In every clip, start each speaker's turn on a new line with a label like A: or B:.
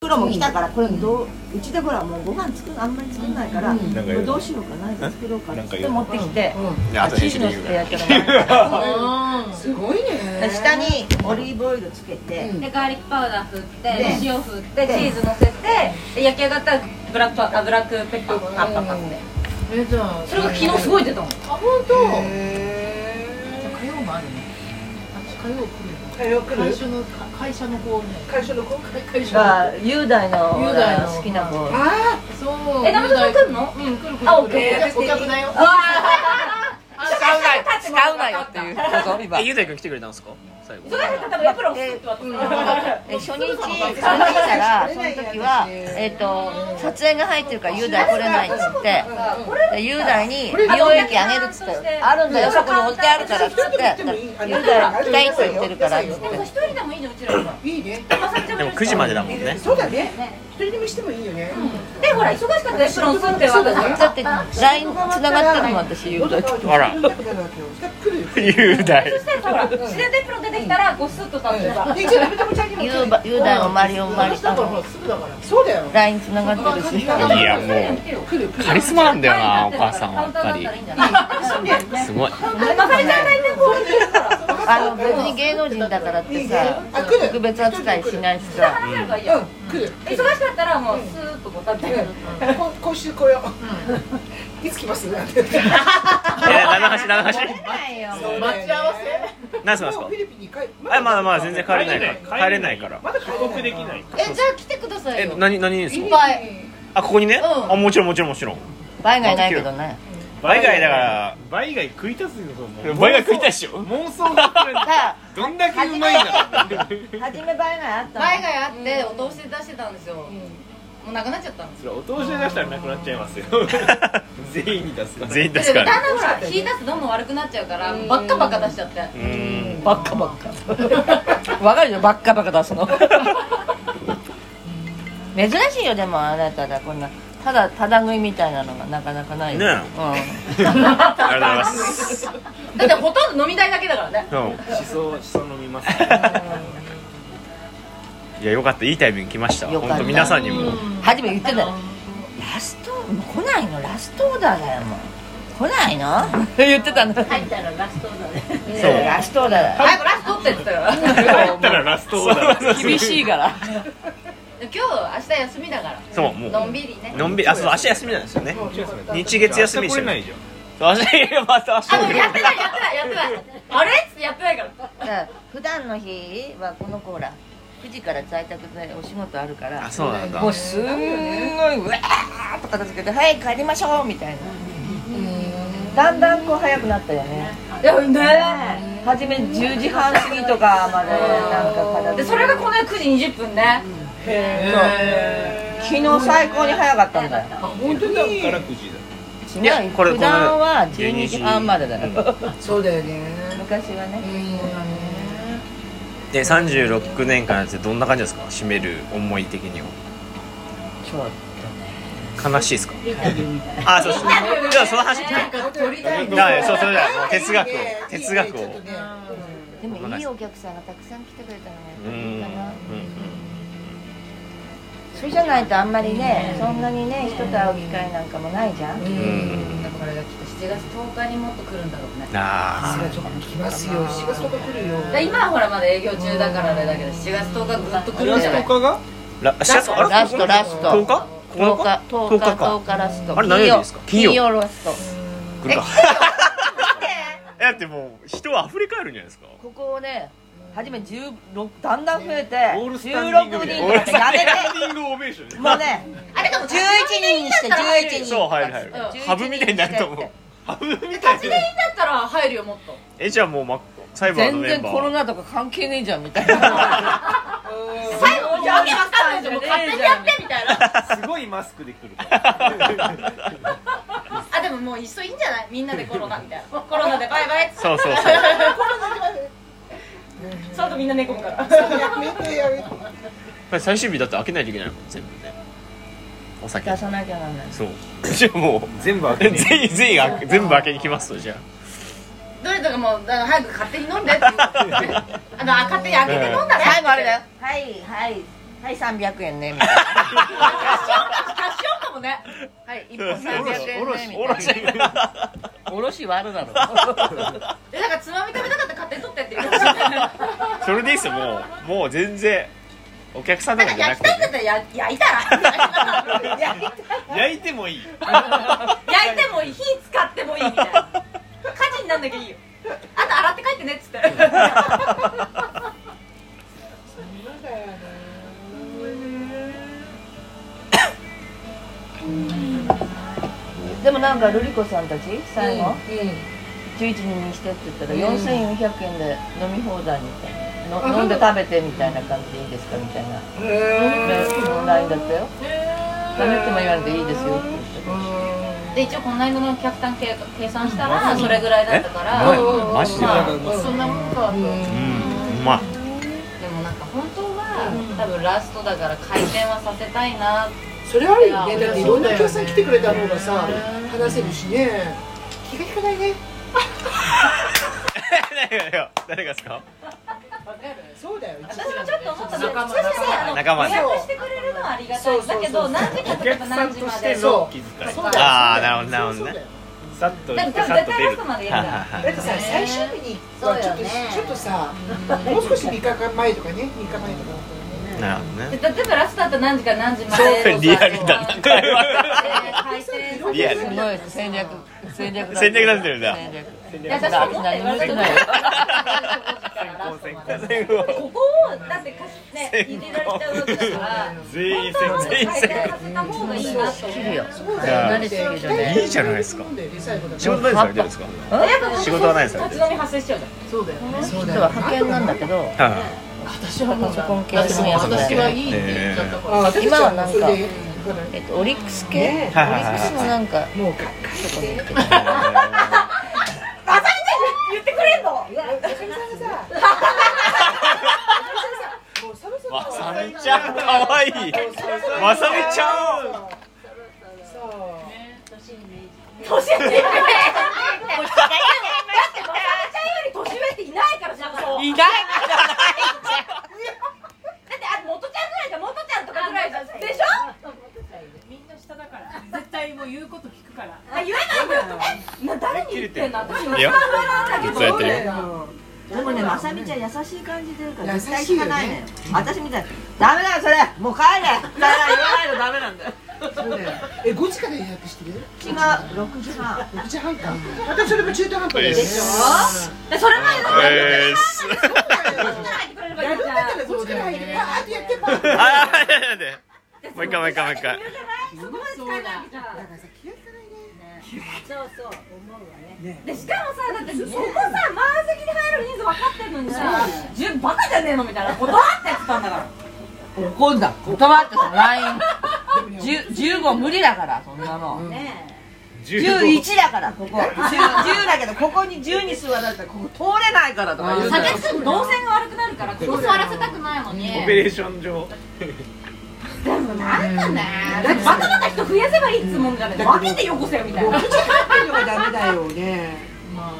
A: プロも来たからこれどううちでほらもうご飯作るあんまり作んないから、
B: うん
A: も
B: なん
A: うどうしようかな作ろうかなって持ってきて、
C: ねあと
A: チー
C: 編
A: ズの
C: 集で
A: ス
C: 言う
A: プレー
C: か
A: や
C: ら
A: ったのがあ
B: うんすごいね
A: る下にオリーブオイルつけて、
B: うん
D: でガーリックパウダー振って
A: で
D: 塩振って
A: で
D: チーズ乗せてで焼き上がったらブラックパあブラックペッパーパッパパって
B: えじゃあ
D: それが昨日すごい出た
B: あ
D: の
B: 本当。
E: へ
B: 火曜もあるねあ火曜来るよ
E: ー火曜来
B: 会
E: る
B: 社のか会社の子ね
E: 会社の子
B: 会会社の
A: が雄大の
B: 雄大の
A: 好きな子
E: あ
B: 子そう
D: え中田さん来るの
B: うん来る来る
D: あ
B: 来る
E: OK
B: お客だよ
F: 使うなよ使うなよっていうこと今
G: え、ゆうたくん来てくれたんですか最後
D: それだったら多分プロ作って渡す
A: え初日その日からその時は、えっと撮影が入ってるから雄大来れないっつってで雄大に美容液あげるっつってあるんだよそこに置いてあるからっつって雄大来たいって言ってるからっつっ
D: でも
A: て
D: 一人でもいいのうちら今
E: いいね
D: まさみちゃん
G: でも9時までだもんね
E: そうだね一人でもしてもいいよね
D: でほら忙しかったでプロ作って渡す
A: だって LINE つながってるもん私雄
E: 喉
A: 大と
E: 乾いて
G: あら
E: 喉乾いてなかったよそしたら来るよ
G: 雄大
D: そしたらほら自然でプロ出てきたらごすっと食べれば
E: で一応ラブタムちゃんにも
A: 雄大もマリオもマリ
B: 私だ
A: あ
B: からほ
A: の
B: らすぐだから
E: そうだよ
A: LINE つながってるし
G: いやもう
E: 来る来る
G: カリスマなんだよなお母さんはやっぱり
E: そうね
G: すごい
D: まさみちゃん大体こういう
A: あの別に芸能人だからっ
E: い
A: て
E: い
A: さ
E: ねあ来る
A: 特別扱いしないしさ
D: 話せるからいいよ
E: うん来る
D: 忙しかったらもうスーッとこう食べて
E: こ今週来よういつ来ますなんて
G: え、何の話何の話
B: 待ち合わせ
G: 何す
E: も
G: ま
E: うフ
G: すか
E: ィリピンに帰
G: え、まだまだ全然帰れないから帰
C: 帰
G: れ
C: れ
G: な
C: ない
G: いから
E: まだ帰れ
C: 帰国できない
F: えじゃあ来てください
G: え
F: よ、
G: 何、何です
F: いっ
G: か
F: ぱい
G: あ、ここにね
F: うん
G: あ、もちろんもちろんもちろん
A: 倍外ないけどね
G: 倍外だから
C: 倍以外食い足すのともう
G: 倍外食いたいっしょ
C: 妄想が膨らんで
A: さ
C: どんだけうまいんだろう
A: あ初め倍外あったの
F: 前がやってお通しで出してたんですよ、もうなくなっちゃったんです
C: それお通しで出したらなくなっちゃいますよ全員に出すから
G: 全員出す
F: で
G: か
F: だん
G: ら
F: だんほら火出すとどんどん悪くなっちゃうからバッカバカ出しちゃって
G: うーん
A: バッカバッカわかるよバッカバカ出すの 珍しいよでもあなただこんなただただ食いみたいなのがなかなかないよ
G: ねえありがとうございます
F: だってほとんど飲み代だけだからね
G: うん
C: しそしそ飲みます
G: いやよかったいいタイミング来ました
A: よかっ
G: 本
A: た
G: 当皆さんにも
A: うん初め言ってたよラストもう来ないのラストオーダーだよもう来ないの 言ってたの、
D: 入ったらラストだね
G: そう
A: ラストオーダーだよ
F: 早くラストって言ってたから今
C: 入ったらラストオーダー
A: 厳しいから
F: 日明日休みだから
G: そうもう
F: のんびりね
G: のんびりあそう明日休みなんですよね日月休み
C: 明日来れないじゃん
G: 明日また
F: あもう
G: 明
F: やっ
G: 日
F: てないやってないやってないあれっつってやってないから
A: だから普段の日はこの子ほら9時から在宅でお仕事あるから
G: あそうなんだ
A: もうすんごいうわーっと片付けて「はい帰りましょう」みたいなだんだんこう早くなったよねね初め10時半過ぎとかまでなんか片付
F: で
A: け
F: それがこの9時20分ね
A: そう昨日最高に早かったんだよ
C: 本当だから9時だ
G: いやこれ
A: 普段は
G: これ
A: 12時半までだよ
B: そうだよね
A: 昔はね
G: で36年間やってどんな感じですか締める思い的には
A: ちょっ
G: 悲しいですかあそうですねじゃあその話聞
F: なん
G: こ
F: か撮りたいう
G: だからそうそれだよもう哲学を哲学を
E: いいねちょっとね
A: とでもいいお客さんがたくさん来てくれたの
G: う
A: がい
G: ん
A: いかな
G: うん
A: それじゃないとあんまりねそんなにね人と会う機会なんかもないじゃん
G: うん
F: だからきっと7月10日にもっと来るんだろうね
G: あ
E: ちょっと来ますよ7月とか来るよ
F: だから今はほらまだ営業中だからあれだけど7月10日ぐっと来るんじゃない
C: 10日が
G: ーラシャツあれ
A: ラストラスト
G: 10日
A: 10日
G: 9日
A: 10
G: 10
A: 日
G: 日か
A: 10日ラスト
G: あれ何曜日ですか
A: 金曜金曜ラスト
G: 来るかえだってもう人溢れ返るんじゃないですか
A: ここをね初め16だんだん増えて
C: オ
A: 16
C: ールスタンディングみたい
A: 人とかってやめ
C: ラン
A: て
C: ディングオベーション
A: も うね
F: あれでも
A: 11人にして11人
G: そう入る入る
A: 11
G: ハブみたいになると思うハブみたい
F: 立ち
G: に
F: でいいんだったら入るよもっと
G: えじゃあもうまサイバーの
A: 全
G: メン
A: 然
G: バ
A: コロ
G: ー
A: ナとか関係ねえじゃんみたいな
F: 最後じゃあ分かんないもう勝手にやってみたいな
C: すごいマスクで来るから
F: あでももういっそいいんじゃないみんなでコロナみたいな コロナでバイバイっつって
G: そうそうそう
F: その後みんな猫むから
E: やめてやめて
G: これ最終日だって開けないといけないもん全部ねお酒
A: 出さなきゃなんない
G: そうじゃあもう
C: 全部開け
G: 全
C: ね
G: 員全員開け全部開けに来ますとじゃあ
F: どれとかもうだから早く 勝手に飲んでっていうあの勝手に開けて飲んだら
A: 最後あれだよはいはいははい300円ねみたいな
F: 発祥かもね
A: はい1本300円ねみ
G: お
A: た
G: ろ
A: い
G: し
A: なおろしはあるだろ
F: えなんかつまみ食べたかったら勝手に取ってって言ってほしいなん
G: それでいいっすよもうもう全然お客さんとか
F: か
G: じゃな
F: 焼
G: く
F: き
G: て
F: たいんだっ
G: ね
F: たらや焼いたら焼
C: 焼いてもいい
F: いてもいい火使ってもいいみたいな火事になんなきゃいいよあと洗って帰ってねっつって
A: う でもなんかルリコさんたち最後、11人にしてって言ったら4400円で飲み放題みたいなの飲んで食べてみたいな感じでいいですかみたいなラインだったよダメっても言われていいですよって言って
F: で一応この間の客単計計算したらそれぐらいだったから
G: えママジで
F: まあ
B: そんなもんか
G: うんうまい
F: でもなんか本当は、多分ラストだから回転はさせたいな
E: それあるよねだっていろんなお客さん来てくれた方がさ話せるしね気が利かないね
G: 誰がよ誰がですか
E: そうだよ一
F: 私もちょっと思ったの
D: 仲間
F: 最初ねあの
G: 仲間
F: 予
G: で
F: 約してくれるのはありがた
E: そ
F: いう
E: そうそう
F: だけど何時か
C: お
F: 例えば
C: 客さん
F: 何時
C: と
F: ま
C: して
F: で
C: の気遣い
E: そうだよ
G: あーなるほどなるほど
E: そう
G: ね
E: だよ
C: さっと
F: で
C: 行
F: も
C: って
F: 多分
C: さっ
F: 絶
C: と
F: 対ラ
C: 出る
F: ストまでや
G: はい
F: るんだ
G: はい
E: だっ
G: はい
E: てさ最終日に
A: そう
E: は
A: よ
E: ちょっと
A: ね
E: ちょっとさもう少し3日間前とかね3日前とかだった
G: なるほど
F: で
G: ね
F: 例えばラストだったら何時から何時までとか
G: リアルだな会話
F: で回転
E: らね
G: リアル
A: すごい戦略戦略
G: 戦略立てるんだ
A: 戦略
C: 戦
F: いや
C: 略
F: 私も思ったよ言われたから
G: 戦後
F: ここをだってかしね入れられちゃうわけだから
C: 全
F: 本
C: 員
F: 当は
C: 戦
F: 回転させた方がいいなと思う
A: 切るよ
E: そう
G: じゃ
E: だ
G: あ
E: よ
A: 慣れてるけど
G: ねいいじゃないですか仕事
E: だ
G: 何されてるんですか仕事はないですか
F: 立ち飲み発生しちゃうじゃん
B: そうだよね
E: そう
A: 今日
E: だよ
A: は派遣なんだけど
G: はい
B: 私はもう
A: パソコン系
B: 私
A: の
B: も
A: やつ
B: 私は
A: で、
B: いいって言っちゃったから
E: あ私たち
A: 今はなんか
E: それでだから
A: えっと、オリックス系
E: ね
A: オリックスのなんか
E: もうか
A: とこに行って
F: 言ってくれんの
E: かみさんがさもうそろそろ
G: まさみちゃん可愛いまさみちゃん
E: そう
F: 年上だってまさみちゃんより年上っていないからじゃんそういないからだってあ元ちゃんぐらいじゃん元ちゃんとかぐらいじゃんでしょ
H: 絶対もう言うこと聞くから
F: あ言えないのよえな誰に言ってんの私も
G: いやいつやってるよ
A: でもね、まさみちゃん優しい感じでるから
E: 優
A: 絶対
E: しい
A: 聞
E: よ
A: かな
E: ね
A: いのよ私みたいにダメだよそれもう帰れだから言わないとダメなんだよ
E: そうだよえ5時から予約してる
A: 違う6時半
E: 6時半かまたそれも中途半端だよね
G: でしょ
F: でそれまでだから
G: えーす
F: 入ってくれれば
E: や
F: い
E: るん
F: いじ
E: だ
F: ゃ
E: ったら5時から入ってパーってやってパーってだか
G: あーいやいやいやもう一回もう一回もう一回
F: んそこまで使えないわけじゃん
E: らさ気が利かないね
F: でしかもさだってそこさ満席に入れる人数分かってるのにさ「じゅバカじゃねえの?」みたいな「断って」っつったんだから
A: 怒んだ断ってその LINE 15無理だからそんなの、
F: ね
A: 11だからここ 10, 10だけどここに10に座られたらここ通れないからとか言う
F: え
A: のよ
F: 酒す動線が悪くなるからここ座らせたくないもん
C: オペレ
F: ね
C: ーション上
F: でもなんかねだってバカバカ人増やせばいいっつうもんじゃない分けてよこせよみたいな
E: 6時半ってのがダメだよね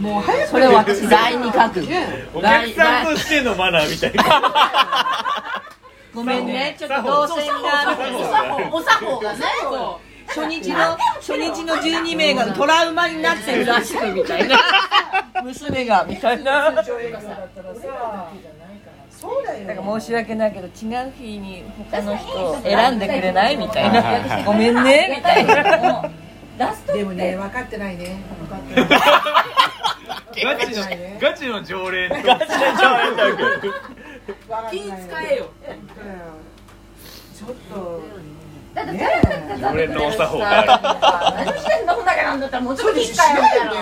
E: もう早く
A: それを私 LINE に書く
E: ね
C: お客さんとしてのマナーみたいな
A: ごめんねちょっと動線があるから
F: お作法がね
A: 初日の初日の12名がトラウマになってるらしくみた いな娘がみたいななんか
E: そうだよ
A: 申し訳ないけど違う日に他の人を選んでくれないみたい なごめんねみたいな
F: ラスト
E: でもね分かってないね分かって
C: ガチ の
E: ないね
C: ガチの常連と
E: 気使えよちょっと
F: だって誰だって
C: 常連のお作法がある
F: 何してんのこんだけなんだったらもうちょっといい
E: し
F: かよみ
E: ない
F: たい
E: よ
F: な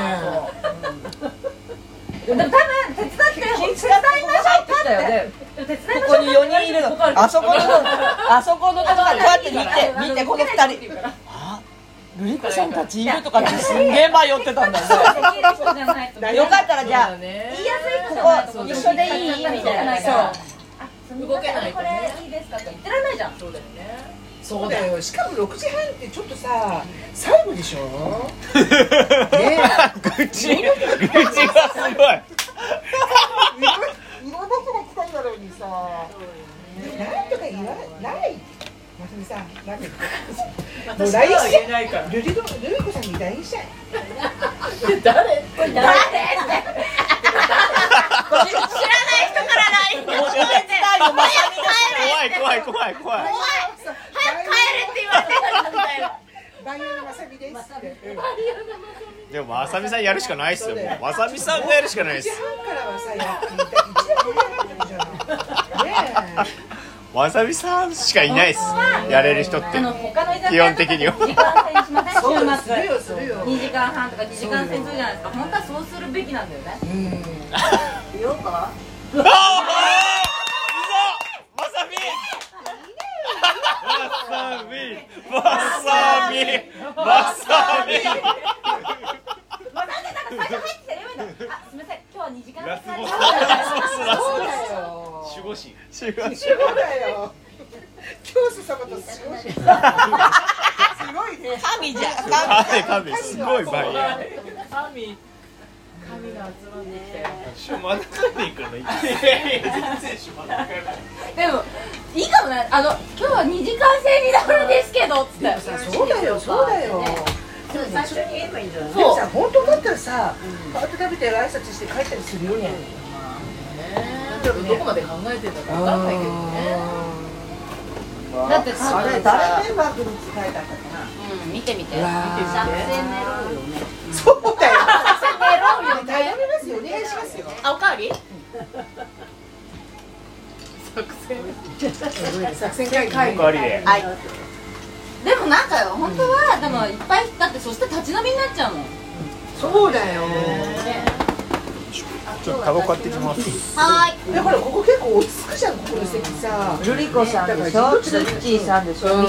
E: ね
F: でも多分手伝って手伝いましょうって手伝いましょう
A: ここに4人いるのあそこのあそこのとこからこうやって見て見てこの2人ルリコさんたちいるとかってすんげえ迷ってたんだ
F: そう
A: よ
F: できる人じゃないと
A: ねよかったらじゃあ言いやすいここ一緒でいいみたいな
F: そう動けないこれいいですかって言ってられないじゃんそう
E: そうだよしかも6時半ってちょっとさ最後でしょね
G: 愚痴愚痴がすごい
E: いろんな人が来たんだろうにさ、なんとかない言わないまさみさんなんか言ってもう
I: 私から
E: LINE
I: は
E: し
I: 言え
E: て
I: ないから
E: ルリドルリ子さんに LINE しちゃえ
I: 誰
G: 怖い怖い怖い怖い
E: バイオのまさみですって、うん
G: でもわさびさんやるしかないっすよもうわさびさんがやるしかないっ
E: 時
G: す
E: 半からはさやっていた一番やらないじゃんね
G: わさびさんしかいないっす やれる人って
F: あの他の居酒
G: 基
F: 屋
G: 本
F: と
G: 的
F: か
G: には
F: 2時間制にしません
E: えする
F: 週末
E: よするよ
F: 2時間半とか2時間制にするじゃないですか本当はそうするべきなんだよね
G: ああうわわさび
C: さび
G: わさびわさび
F: まあなんでなんか最初入ってきたら言えばいいんだよあすみません今日は2時間制
C: ラスボ
F: にし
C: ス
F: ます
E: そうだよ
C: 守護神
G: 違う
E: そうだよ教師様とすごいすごいね
A: 神じゃん
G: 神神すごいバイヤー
I: 神神が集まってきて
C: 一緒真ん中に行くのいきなり全然一緒真ん中に
F: でもいいかもねあの今日は2時間制になるんですけどっつって
E: さそうだよそうだよ
J: 最初に言えばいいんじゃない
E: でもさ本当だったらさパート食べて挨拶して帰ったりするよね
K: でもどこまで考えてたかわかんないけどね
A: だってさ
E: あれ誰メンバーグループ書いてあったか
F: うん見てみて
E: うわー
F: 三千メロ
E: なそうだよ
K: メロンよ
E: 頼
K: ね
E: みますよお願いしますよ
K: あおかわり
E: 作戦会会議
C: 代わりで
K: はい
F: でもなんか本当はでもいっぱいだってそして立ち飲みになっちゃうもん
E: そうだよ
G: ちょっとタバコ買ってきます
F: は
E: でほらここ結構落ち着くじゃんここの席さ
A: ルリコさんでしょ、ツッチーさんでしょ、ミ